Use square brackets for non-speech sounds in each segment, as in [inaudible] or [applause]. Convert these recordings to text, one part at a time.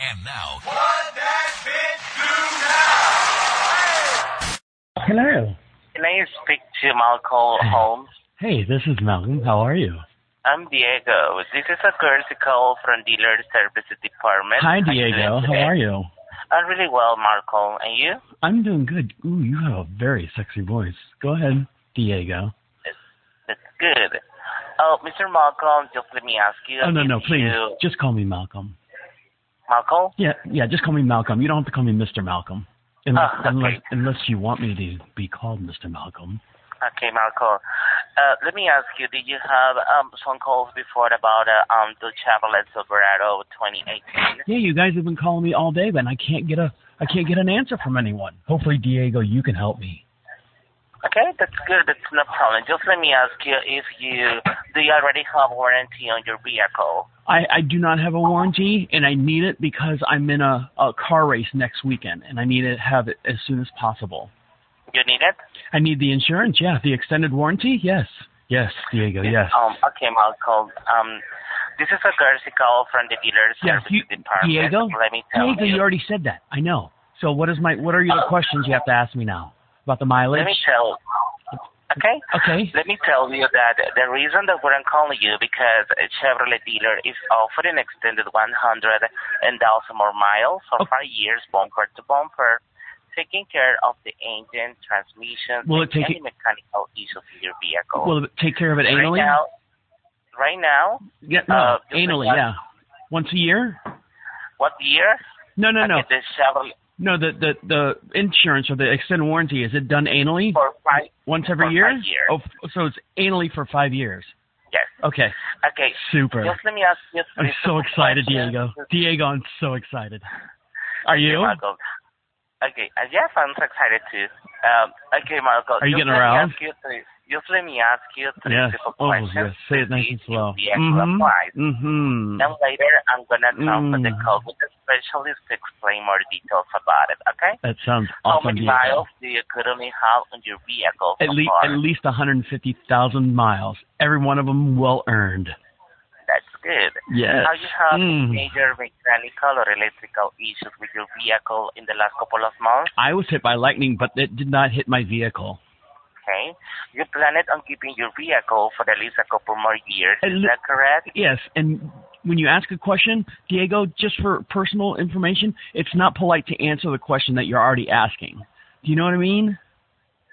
And now, Hello. Can I speak to Malcolm Holmes? Hey, this is Malcolm. How are you? I'm Diego. This is a courtesy call from Dealer Services Department. Hi, Diego. How [laughs] are you? I'm really well, Malcolm. And you? I'm doing good. Ooh, you have a very sexy voice. Go ahead, Diego. That's good. Oh, Mr. Malcolm, just let me ask you. Oh no, if no, please, You, just call me Malcolm. Malcolm? Yeah, yeah, just call me Malcolm. You don't have to call me Mr. Malcolm, unless Oh, okay. unless, unless you want me to be called Mr. Malcolm. Okay, Malcolm. Uh, let me ask you, did you have um, phone calls before about uh, um, the Chevrolet Silverado 2018? Yeah, you guys have been calling me all day, but I can't get a I can't get an answer from anyone. Hopefully, Diego, you can help me. Okay, that's good. That's no problem. Just let me ask you if you do you already have warranty on your vehicle? I, I do not have a warranty, and I need it because I'm in a, a car race next weekend, and I need to have it as soon as possible. You need it? I need the insurance, yeah, the extended warranty, yes, yes, Diego, yes, Um, okay, Malcolm. Um, this is a courtesy call from the dealer yes. service You, department. Diego, let me tell Diego, you you. already said that. I know. So what is my? What are your questions you have to ask me now about the mileage? Let me tell. Okay. Okay. Let me tell you that the reason that we're calling you because a Chevrolet dealer is offering extended 100 and thousand more miles for Okay. five years, bumper to bumper, taking care of the engine, transmission, Will and it take any mechanical issues in your vehicle. Will it take care of it right annually? now, right now, yeah, no, uh, just annually, like- yeah. Once a year? what year? No, no, no, Okay, the Chevrolet no. The the the insurance or the extended warranty is it done annually? for five. Once every for year? five years. Oh, f- so it's annually for five years. Yes. Okay, Okay. super. Just let me ask you. I'm this so simple excited, question. Diego. Diego, I'm so excited. Are Okay, you? Marco. Okay, uh, yes, I'm so excited too. Um, okay, Marco. Are you just getting let me around? ask you three- Just let me ask you three Yes. simple Oh, questions. yes. Say it nice and slow. Yes, Mm-hmm. applies. Mm-hmm. Then later, I'm gonna transfer the Mm. call with the specialist to explain more details about it. Okay? That sounds How awesome, many Diego. miles do you currently have on your vehicle? At so least far? at least 150,000 miles. Every one of them well earned. That's good. Yes. How you have any Mm. major mechanical or electrical issues with your vehicle in the last couple of months? I was hit by lightning, but it did not hit my vehicle. Okay. You plan it on keeping your vehicle for at least a couple more years. At Is le- that correct? Yes, and when you ask a question, Diego, just for personal information, it's not polite to answer the question that you're already asking. Do you know what I mean?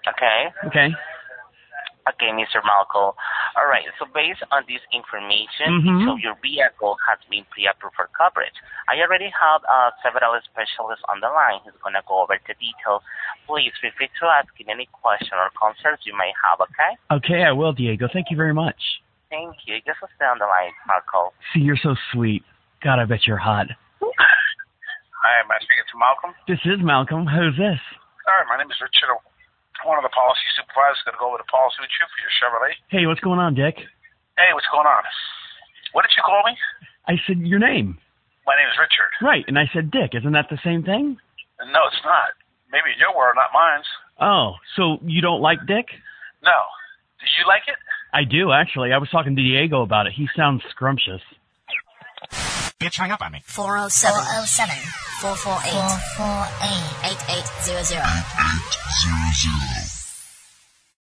Okay. Okay. Okay, Mr. Malco. All right. So based on this information, Mhm. so your vehicle has been pre-approved for coverage. I already have uh, several specialists on the line who's going to go over the details. Please feel free to ask him any question or concerns you may have, okay? Okay, I will, Diego. Thank you very much. Thank you. Just stay on the line, Malcolm. See, you're so sweet. God, I bet you're hot. Hi, am I speaking to Malcolm? This is Malcolm. Who's this? All right, my name is Richard. I'm One of the policy supervisors going to go over the policy with you for your Chevrolet. Hey, what's going on, Dick? Hey, what's going on? What did you call me? I said your name. My name is Richard. Right, and I said Dick. Isn't that the same thing? No, it's not. Maybe in your world, not mine. Oh, so you don't like Dick? No. Do you like it? I do, actually. I was talking to Diego about it. He sounds scrumptious. bitch, hang up on me. 407 448 8800.